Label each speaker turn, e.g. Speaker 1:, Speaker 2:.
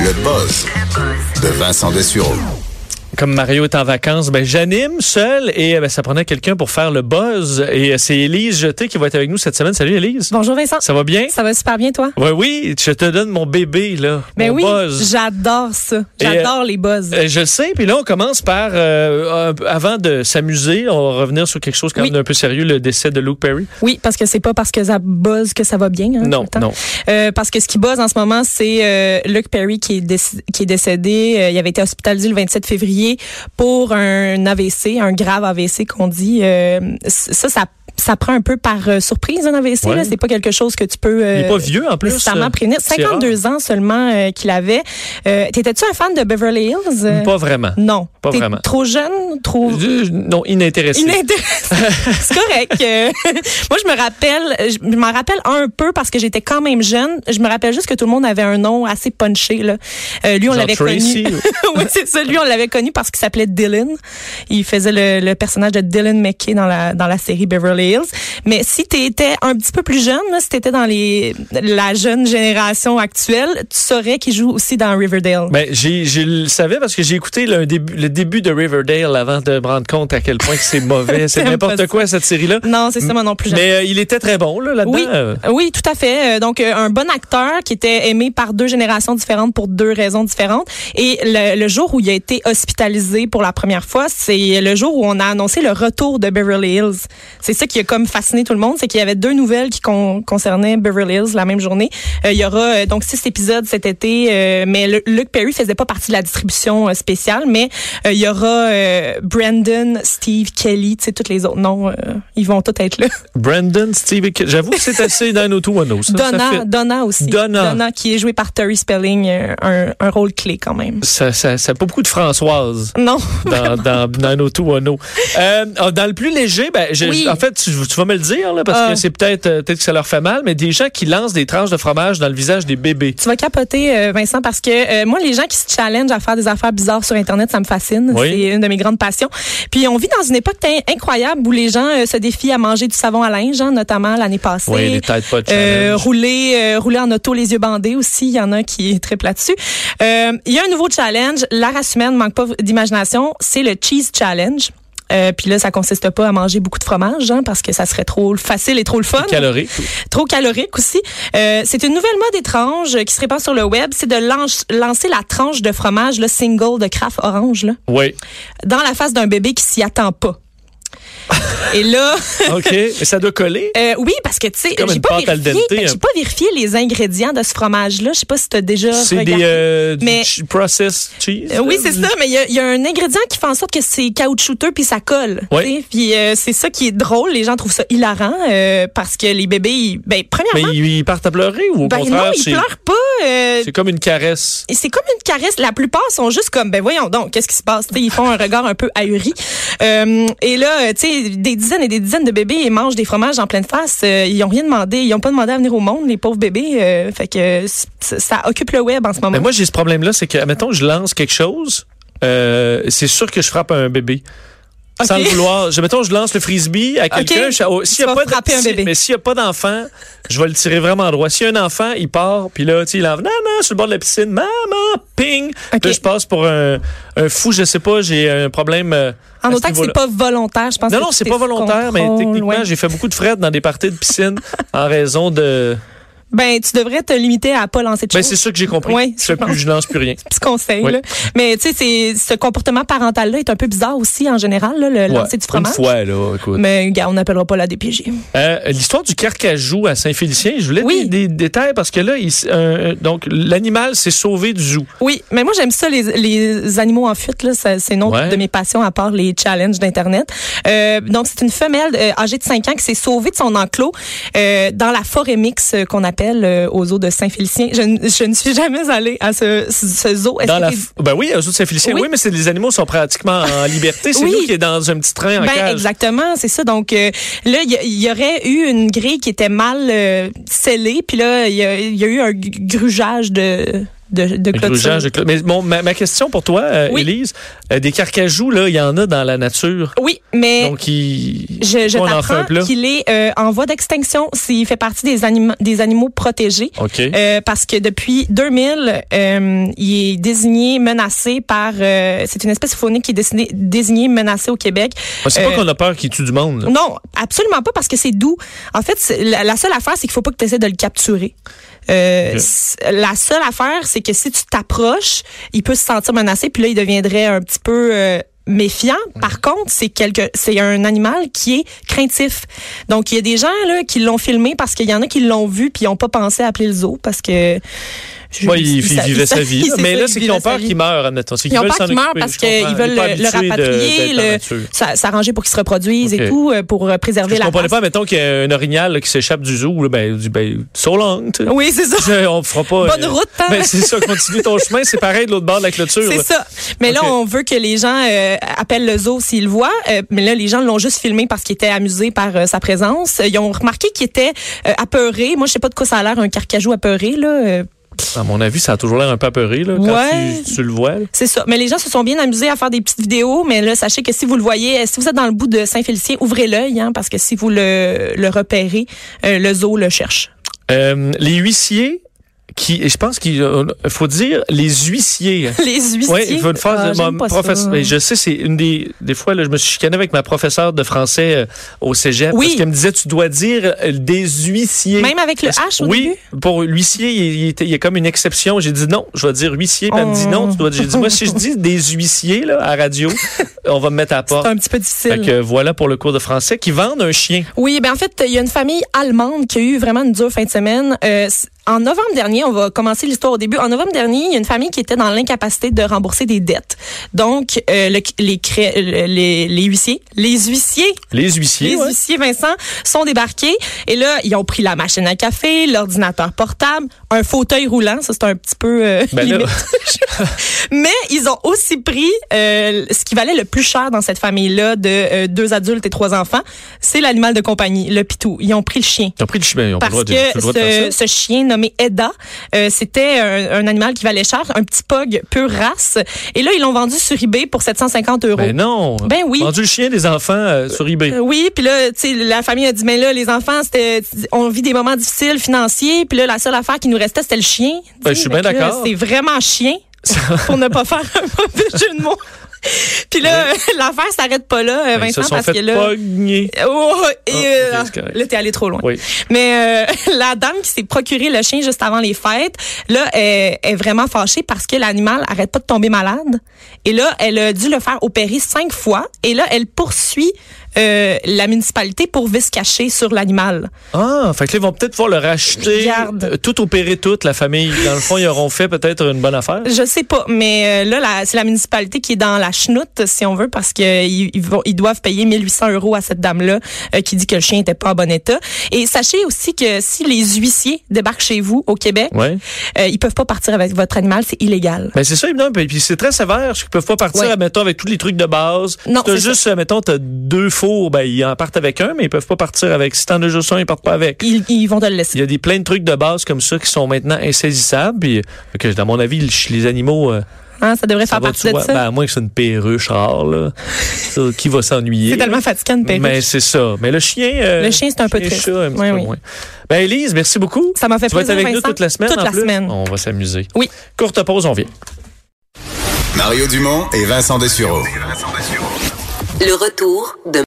Speaker 1: Le buzz de Vincent Dessureau.
Speaker 2: Comme Mario est en vacances, ben j'anime seul et ben, ça prenait quelqu'un pour faire le buzz. Et euh, c'est Élise Jeté qui va être avec nous cette semaine. Salut Élise.
Speaker 3: Bonjour Vincent.
Speaker 2: Ça va bien?
Speaker 3: Ça va super bien toi?
Speaker 2: Oui, oui, je te donne mon bébé, là.
Speaker 3: Ben
Speaker 2: mon
Speaker 3: oui,
Speaker 2: buzz.
Speaker 3: j'adore ça. J'adore les buzz.
Speaker 2: Euh, Je le sais, puis là, on commence par, euh, un peu- avant de s'amuser, on va revenir sur quelque chose quand
Speaker 3: Oui.
Speaker 2: même d'un peu sérieux, le décès de Luke Perry.
Speaker 3: oui, parce que c'est pas parce que ça buzz que ça va bien. hein, tout
Speaker 2: non,
Speaker 3: le temps.
Speaker 2: non.
Speaker 3: Euh, parce que ce qui buzz en ce moment, c'est euh, Luke Perry qui est, déc- qui est décédé. Euh, il avait été hospitalisé le 27 février pour un AVC, un grave AVC qu'on dit. Euh, ça, ça, ça prend un peu par euh, surprise un AVC.
Speaker 2: Ouais.
Speaker 3: là. C'est pas quelque chose que tu
Speaker 2: Il
Speaker 3: peux.
Speaker 2: est
Speaker 3: euh,
Speaker 2: pas vieux, en plus. euh,
Speaker 3: nécessairement prévenir.
Speaker 2: C'est
Speaker 3: 52 ans seulement euh, qu'il avait. Euh, T'étais-tu un fan de Beverly Hills? Euh,
Speaker 2: Pas vraiment.
Speaker 3: Non.
Speaker 2: Pas
Speaker 3: T'es
Speaker 2: vraiment.
Speaker 3: Trop jeune, trop.
Speaker 2: Je- je- Non, inintéressé.
Speaker 3: Inintéressant. C'est correct. Euh, Moi, je me rappelle, je m'en rappelle un peu parce que j'étais quand même jeune. Je me rappelle juste que tout le monde avait un nom assez punché. Là. Euh, lui, on
Speaker 2: Genre
Speaker 3: l'avait
Speaker 2: Tracy.
Speaker 3: connu. oui, c'est ça. Lui, on l'avait connu parce qu'il s'appelait Dylan. Il faisait le, le personnage de Dylan McKay dans la, dans la série Beverly Hills. Mais si tu étais un petit peu plus jeune, là, si tu étais dans les, la jeune génération actuelle, tu saurais qu'il joue aussi dans Riverdale.
Speaker 2: Ben, j'ai, je le savais parce que j'ai écouté le, un début, le début de Riverdale avant de me rendre compte à quel point que c'est mauvais. c'est
Speaker 3: T'aimes
Speaker 2: n'importe
Speaker 3: pas
Speaker 2: quoi cette série-là.
Speaker 3: non, c'est ça, moi non plus. j'aime
Speaker 2: Mais euh, il était très bon là, là-dedans.
Speaker 3: Oui,
Speaker 2: Euh,
Speaker 3: oui, tout à fait. Euh, Donc, euh, un bon acteur qui était aimé par deux générations différentes pour deux raisons différentes. Et le, le jour où il a été hospitalisé pour la première fois, c'est le jour où on a annoncé le retour de Beverly Hills. C'est ça qui a comme fasciné tout le monde, c'est qu'il y avait deux nouvelles qui con- concernaient Beverly Hills la même journée. Euh, il y aura euh, donc six épisodes cet été, euh, mais le- Luke Perry faisait pas partie de la distribution euh, spéciale, mais euh, il y aura euh, Brandon, Steve, Kelly, tu sais, tous les autres noms, euh, ils vont tous être là.
Speaker 2: Brandon, Steve, et Ke- j'avoue que c'est assez dans nos ça, ça
Speaker 3: Donna,
Speaker 2: fait-
Speaker 3: Donna aussi.
Speaker 2: Donna.
Speaker 3: qui est jouée par Terry Spelling, euh, un, un rôle clé quand même.
Speaker 2: ça, ça, ça a pas beaucoup de Françoise.
Speaker 3: Non.
Speaker 2: Dans, dans, dans nos tout Wano. Euh, ah, dans le plus léger, ben, je-
Speaker 3: Oui.
Speaker 2: en fait, tu, tu vas me le dire, là, parce
Speaker 3: Ah.
Speaker 2: que c'est peut-être euh, peut-être que ça leur fait mal, mais des gens qui lancent des tranches de fromage dans le visage des bébés.
Speaker 3: Tu vas capoter, euh, Vincent, parce que euh, moi, les gens qui se challengent à faire des affaires bizarres sur Internet, ça me fascine.
Speaker 2: Oui.
Speaker 3: C'est une de mes grandes passions. Puis on vit dans une époque tin- incroyable où les gens euh, se défient à manger du savon à linge, hein, notamment l'année passée.
Speaker 2: Oui, les têtes pas de
Speaker 3: Euh,
Speaker 2: challenge.
Speaker 3: rouler, euh, rouler en auto les yeux bandés aussi. Il y en a qui est très plat dessus. Euh, Il y a un nouveau challenge. La race humaine manque pas d'imagination. C'est le cheese challenge. Euh, Puis là, ça consiste pas à manger beaucoup de fromage, hein, parce que ça serait trop facile et trop le fun.
Speaker 2: Calorique.
Speaker 3: Trop calorique aussi. Euh, c'est une nouvelle mode étrange euh, qui se répand sur le web. C'est de lanche- lancer la tranche de fromage, le single de Kraft Orange, là,
Speaker 2: Oui.
Speaker 3: dans la face d'un bébé qui s'y attend pas. et là,
Speaker 2: OK. Mais ça doit coller.
Speaker 3: euh, oui, parce que tu sais,
Speaker 2: comme
Speaker 3: j'ai
Speaker 2: une
Speaker 3: pas
Speaker 2: pâte al
Speaker 3: vérifié,
Speaker 2: dente,
Speaker 3: ben,
Speaker 2: hein.
Speaker 3: j'ai pas vérifié les ingrédients de ce fromage-là. Je sais pas si t'as déjà
Speaker 2: C'est
Speaker 3: regardé.
Speaker 2: des euh, du
Speaker 3: Mais-
Speaker 2: ch- processed cheese.
Speaker 3: Euh, Oui, c'est ça, mais il y a- il y, a un ingrédient qui fait en sorte que c'est caoutchouteux puis ça colle.
Speaker 2: Oui.
Speaker 3: tu sais. Puis euh, c'est ça qui est drôle. Les gens trouvent ça hilarant euh, parce que les bébés, ils- ben
Speaker 2: Mais
Speaker 3: premièrement,
Speaker 2: ils, ils partent à pleurer ou au
Speaker 3: ben non,
Speaker 2: contraire,
Speaker 3: ils
Speaker 2: c'est
Speaker 3: pleurent pas. euh,
Speaker 2: c'est comme une caresse.
Speaker 3: et c'est comme une caresse. La plupart sont juste comme, ben voyons donc, qu'est-ce qui se passe? Tu sais, ils font un regard un peu ahuri. Euh, et là, euh, tu sais, des dizaines et des dizaines de bébés ils mangent des fromages en pleine face. Euh, ils ont rien demandé. Ils ont pas demandé à venir au monde, les pauvres bébés. Euh, fait que c- c- ça occupe le web en ce moment.
Speaker 2: Mais Ben moi, j'ai ce problème-là, c'est que, mettons, je lance quelque chose, euh, c'est sûr que je frappe un bébé.
Speaker 3: Ok.
Speaker 2: Sans le vouloir. Je, mettons, je lance le frisbee à quelqu'un. je- oh, s'il y a
Speaker 3: Tu vas
Speaker 2: pas de-
Speaker 3: frapper un
Speaker 2: si-
Speaker 3: bébé.
Speaker 2: mais s'il n'y a pas d'enfant, je vais le tirer vraiment droit. S'il y a un enfant, il part, puis là, tu sais, il en vient, maman, sur le bord de la piscine, maman, ping. Puis
Speaker 3: Ok.
Speaker 2: là, je passe pour un, un fou, je sais pas, j'ai un problème. euh, à
Speaker 3: en
Speaker 2: ce
Speaker 3: autant que c'est
Speaker 2: niveau-là.
Speaker 3: pas volontaire, je pense.
Speaker 2: Non,
Speaker 3: que
Speaker 2: non, c'est
Speaker 3: tout
Speaker 2: pas
Speaker 3: est sous
Speaker 2: volontaire, mais
Speaker 3: contrôle,
Speaker 2: techniquement,
Speaker 3: ouais.
Speaker 2: j'ai fait beaucoup de frettes dans des parties de piscine en raison de.
Speaker 3: Ben, tu devrais te limiter à pas lancer de
Speaker 2: Ben,
Speaker 3: choses.
Speaker 2: c'est ça que j'ai compris.
Speaker 3: Ouais,
Speaker 2: je, fais
Speaker 3: je pense.
Speaker 2: plus, je lance plus rien.
Speaker 3: petit conseil.
Speaker 2: Oui.
Speaker 3: Là. Mais tu sais, c'est- ce comportement parental-là est un peu bizarre aussi en général, là, le lancer du fromage.
Speaker 2: Une fois, là, écoute.
Speaker 3: Mais gars, on n'appellera pas la DPJ.
Speaker 2: Euh, L'histoire du carcajou à Saint-Félicien, je voulais
Speaker 3: Oui.
Speaker 2: des, des détails parce que là, il s- euh, donc l'animal s'est sauvé du zoo.
Speaker 3: Oui, mais moi j'aime ça les, les animaux en fuite là, ça, c'est une autre
Speaker 2: Ouais.
Speaker 3: de mes passions à part les challenges d'internet. Euh, donc c'est une femelle euh, âgée de 5 ans qui s'est sauvée de son enclos euh, dans la forêt mixte euh, qu'on appelle euh, au zoo de Saint-Félicien. Je, ne- je ne suis jamais allée à ce, ce- ce zoo. Est-ce
Speaker 2: Dans
Speaker 3: que
Speaker 2: la
Speaker 3: t'es-
Speaker 2: f- ben oui, au zoo de Saint-Félicien, oui,
Speaker 3: Oui.
Speaker 2: mais c'est les animaux sont pratiquement en liberté. C'est
Speaker 3: Oui.
Speaker 2: nous qui est dans un petit train en
Speaker 3: Ben,
Speaker 2: cage.
Speaker 3: exactement, c'est ça. Donc euh, là, il y a- il y, aurait eu une grille qui était mal euh, scellée, puis là, il y, a il y a eu un gr- grugeage de de, de
Speaker 2: Le
Speaker 3: clôture.
Speaker 2: grouillage de clo- Mais bon, ma, ma question pour toi, euh,
Speaker 3: Oui.
Speaker 2: Élise, euh, des carcajous, là, il y en a dans la nature.
Speaker 3: Oui, mais
Speaker 2: Donc, ils...
Speaker 3: je, je
Speaker 2: on en fait un
Speaker 3: t'apprends
Speaker 2: plat.
Speaker 3: qu'il est euh, en voie d'extinction s'il fait partie des, anima- des animaux protégés.
Speaker 2: OK.
Speaker 3: Euh, parce que depuis 2000, euh, il est désigné menacé par. euh, c'est une espèce faunique qui est désignée, désignée menacée au Québec.
Speaker 2: c'est pas
Speaker 3: euh,
Speaker 2: qu'on a peur qu'ils tuent du monde. là.
Speaker 3: Non, absolument pas parce que c'est doux. En fait, c'est- la, la seule affaire, c'est qu'il faut pas que tu essaies de le capturer. Euh,
Speaker 2: Ok.
Speaker 3: c'est- La seule affaire, c'est que si tu t'approches, il peut se sentir menacé, puis là, il deviendrait un petit peu euh, méfiant.
Speaker 2: Mhm.
Speaker 3: Par contre, c'est quelque, c'est un animal qui est craintif. Donc, il y a des gens là qui l'ont filmé parce qu'il y en a qui l'ont vu puis ils n'ont pas pensé à appeler le zoo parce que. je-
Speaker 2: Ouais, il, il
Speaker 3: sa-
Speaker 2: vivait sa
Speaker 3: sa-
Speaker 2: vie. là.
Speaker 3: c'est
Speaker 2: Mais
Speaker 3: ça,
Speaker 2: là,
Speaker 3: il
Speaker 2: c'est
Speaker 3: vivait
Speaker 2: qu'ils ont
Speaker 3: sa
Speaker 2: peur
Speaker 3: vie.
Speaker 2: qu'ils meurent, admettons. C'est
Speaker 3: Ils ont
Speaker 2: veulent
Speaker 3: peur
Speaker 2: s'en
Speaker 3: qu'il meure
Speaker 2: occuper,
Speaker 3: parce
Speaker 2: je
Speaker 3: qu'ils
Speaker 2: comprends.
Speaker 3: veulent
Speaker 2: Il est pas
Speaker 3: le- le
Speaker 2: habitué de-
Speaker 3: rapatrier,
Speaker 2: d'être dans la
Speaker 3: le-
Speaker 2: nature.
Speaker 3: s'a- S'arranger pour qu'ils se reproduisent
Speaker 2: Ok.
Speaker 3: et tout euh, pour euh, préserver
Speaker 2: Je
Speaker 3: la
Speaker 2: comprenais
Speaker 3: race.
Speaker 2: pas, mettons qu'il y a un orignal là, qui s'échappe du zoo, là, ben, il dit, ben, so long, tu sais.
Speaker 3: Oui, c'est ça.
Speaker 2: Je- on fera pas.
Speaker 3: Bonne
Speaker 2: euh,
Speaker 3: route, hein.
Speaker 2: Ben, c'est ça, continue ton chemin, c'est pareil de l'autre bord de la clôture. là.
Speaker 3: C'est ça. Mais là,
Speaker 2: Ok.
Speaker 3: on veut que les gens euh, appellent le zoo s'ils le voient. Euh, mais là, les gens l'ont juste filmé parce qu'ils étaient amusés par euh, sa présence. Ils ont remarqué qu'il était euh, apeuré. Moi, je sais pas de quoi ça a l'air, un carcajou apeuré, là. Euh,
Speaker 2: À mon avis, ça a toujours l'air un peu apeuré, là, quand
Speaker 3: Ouais.
Speaker 2: tu, tu le vois. là.
Speaker 3: c'est ça. Mais les gens se sont bien amusés à faire des petites vidéos. Mais là, sachez que si vous le voyez, euh, si vous êtes dans le bout de Saint-Félicien, ouvrez l'œil, hein, parce que si vous le, le repérez, euh, le zoo le cherche.
Speaker 2: Euh, les huissiers, qui, et je pense qu'il euh, faut dire les huissiers.
Speaker 3: Les huissiers.
Speaker 2: Oui, il faut une phrase.
Speaker 3: Ah,
Speaker 2: de
Speaker 3: j'aime
Speaker 2: ma
Speaker 3: pas ça.
Speaker 2: professe- mais je sais, c'est une des, des fois, là, je me suis chicané avec ma professeure de français euh, au cégep.
Speaker 3: Oui.
Speaker 2: Parce qu'elle me disait, tu dois dire euh, des huissiers.
Speaker 3: Même avec le H au
Speaker 2: oui,
Speaker 3: début?
Speaker 2: pour l'huissier, il, il était- il y a comme une exception. J'ai dit non, je vais dire huissier. Puis Elle me dit
Speaker 3: Oh.
Speaker 2: non, tu dois dire. J'ai dit, moi, si je dis des huissiers là, à radio, on va me mettre à la porte.
Speaker 3: C'est un petit peu
Speaker 2: Ah. Fait
Speaker 3: difficile.
Speaker 2: que euh, voilà pour le cours de français qui vendent un chien.
Speaker 3: Oui, ben en fait, il y a une famille allemande qui a eu vraiment une dure fin de semaine. Euh, c- en novembre dernier, on va commencer l'histoire au début. En novembre dernier, il y a une famille qui était dans l'incapacité de rembourser des dettes. Donc, euh, le- les, cré- le- les, les huissiers, les huissiers,
Speaker 2: Les huissiers.
Speaker 3: les
Speaker 2: ouais.
Speaker 3: huissiers Vincent sont débarqués et là, ils ont pris la machine à café, l'ordinateur portable, un fauteuil roulant. Ça, c'est un petit peu euh,
Speaker 2: Ben là-
Speaker 3: limite. Mais ils ont aussi pris euh, ce qui valait le plus cher dans cette famille-là de euh, deux adultes et trois enfants, c'est l'animal de compagnie, le pitou. Ils ont pris le chien.
Speaker 2: Ils ont pris le chien. Ils ont pas le droit
Speaker 3: Parce
Speaker 2: de,
Speaker 3: que
Speaker 2: ils ont le droit de faire ça.
Speaker 3: ce, ce chien nommé Edda, euh, c'était un, un animal qui valait cher, un petit pug pure race. Et là, ils l'ont vendu sur eBay pour 750 euros.
Speaker 2: Ben non.
Speaker 3: Ben oui.
Speaker 2: Vendu le chien des enfants euh, sur eBay.
Speaker 3: Euh, Oui, puis là, tu sais, la famille a dit, mais là, les enfants, c'était, on vit des moments difficiles financiers, puis là, la seule affaire qui nous restait, c'était le chien.
Speaker 2: Ben,
Speaker 3: Tu sais,
Speaker 2: je suis bien
Speaker 3: fait que là,
Speaker 2: d'accord.
Speaker 3: C'est vraiment chien, pour ne pas faire un mauvais jeu de mots. Puis là, l'affaire s'arrête pas là, euh,
Speaker 2: Ben, ils se
Speaker 3: Vincent,
Speaker 2: sont
Speaker 3: parce
Speaker 2: fait
Speaker 3: que là...
Speaker 2: pogner.
Speaker 3: Oh, et,
Speaker 2: Ah, ok,
Speaker 3: euh,
Speaker 2: c'est correct.
Speaker 3: là, t'es allé trop loin.
Speaker 2: Oui.
Speaker 3: Mais euh, la dame qui s'est procuré le chien juste avant les fêtes, là, elle est vraiment fâchée parce que l'animal arrête pas de tomber malade. Et là, elle a dû le faire opérer cinq fois. Et là, elle poursuit euh, la municipalité pour vice caché sur l'animal.
Speaker 2: Ah, fait que là, ils vont peut-être pouvoir le racheter.
Speaker 3: Garde.
Speaker 2: euh, Tout opérer toute la famille. Dans le fond, ils auront fait peut-être une bonne affaire.
Speaker 3: Je sais pas, mais euh, là, la- c'est la municipalité qui est dans la chenoute, si on veut, parce que euh, ils, ils vont- ils doivent payer 1800 euros à cette dame-là euh, qui dit que le chien était pas en bon état. Et sachez aussi que si les huissiers débarquent chez vous au Québec,
Speaker 2: Ouais.
Speaker 3: euh, ils peuvent pas partir avec votre animal, c'est illégal.
Speaker 2: Ben c'est ça, évidemment. Puis puis c'est très sévère. Ils peuvent pas partir,
Speaker 3: Ouais.
Speaker 2: mettons, avec tous les trucs de base.
Speaker 3: Non,
Speaker 2: T'as
Speaker 3: c'est
Speaker 2: juste, mettons, t'as deux fours, ben ils en partent avec un, mais ils peuvent pas partir avec. Si t'en as juste un, ils partent pas avec.
Speaker 3: Ils, ils vont te le laisser.
Speaker 2: Il y a des plein de trucs de base comme ça qui sont maintenant insaisissables. Puis, que, dans mon avis, le- les animaux, euh,
Speaker 3: Hein, ça devrait
Speaker 2: ça
Speaker 3: faire
Speaker 2: va
Speaker 3: partie de
Speaker 2: soi.
Speaker 3: ça.
Speaker 2: Ben, à moins que c'est une perruche rare, là. Ça, qui va s'ennuyer?
Speaker 3: c'est tellement fatigant une perruche.
Speaker 2: Mais c'est ça. Mais le chien. euh,
Speaker 3: Ben Le chien, c'est un peu triste.
Speaker 2: chat, un petit
Speaker 3: Oui,
Speaker 2: peu
Speaker 3: oui.
Speaker 2: moins. Ben, Élise, merci beaucoup.
Speaker 3: Ça m'a fait
Speaker 2: tu vas être
Speaker 3: plaisir,
Speaker 2: avec nous
Speaker 3: Vincent.
Speaker 2: toute la semaine.
Speaker 3: Toute
Speaker 2: en
Speaker 3: la
Speaker 2: plus?
Speaker 3: semaine.
Speaker 2: On va s'amuser.
Speaker 3: Oui.
Speaker 2: Courte pause, on vient.
Speaker 1: Mario Dumont et Vincent Dessureau.
Speaker 4: Le retour de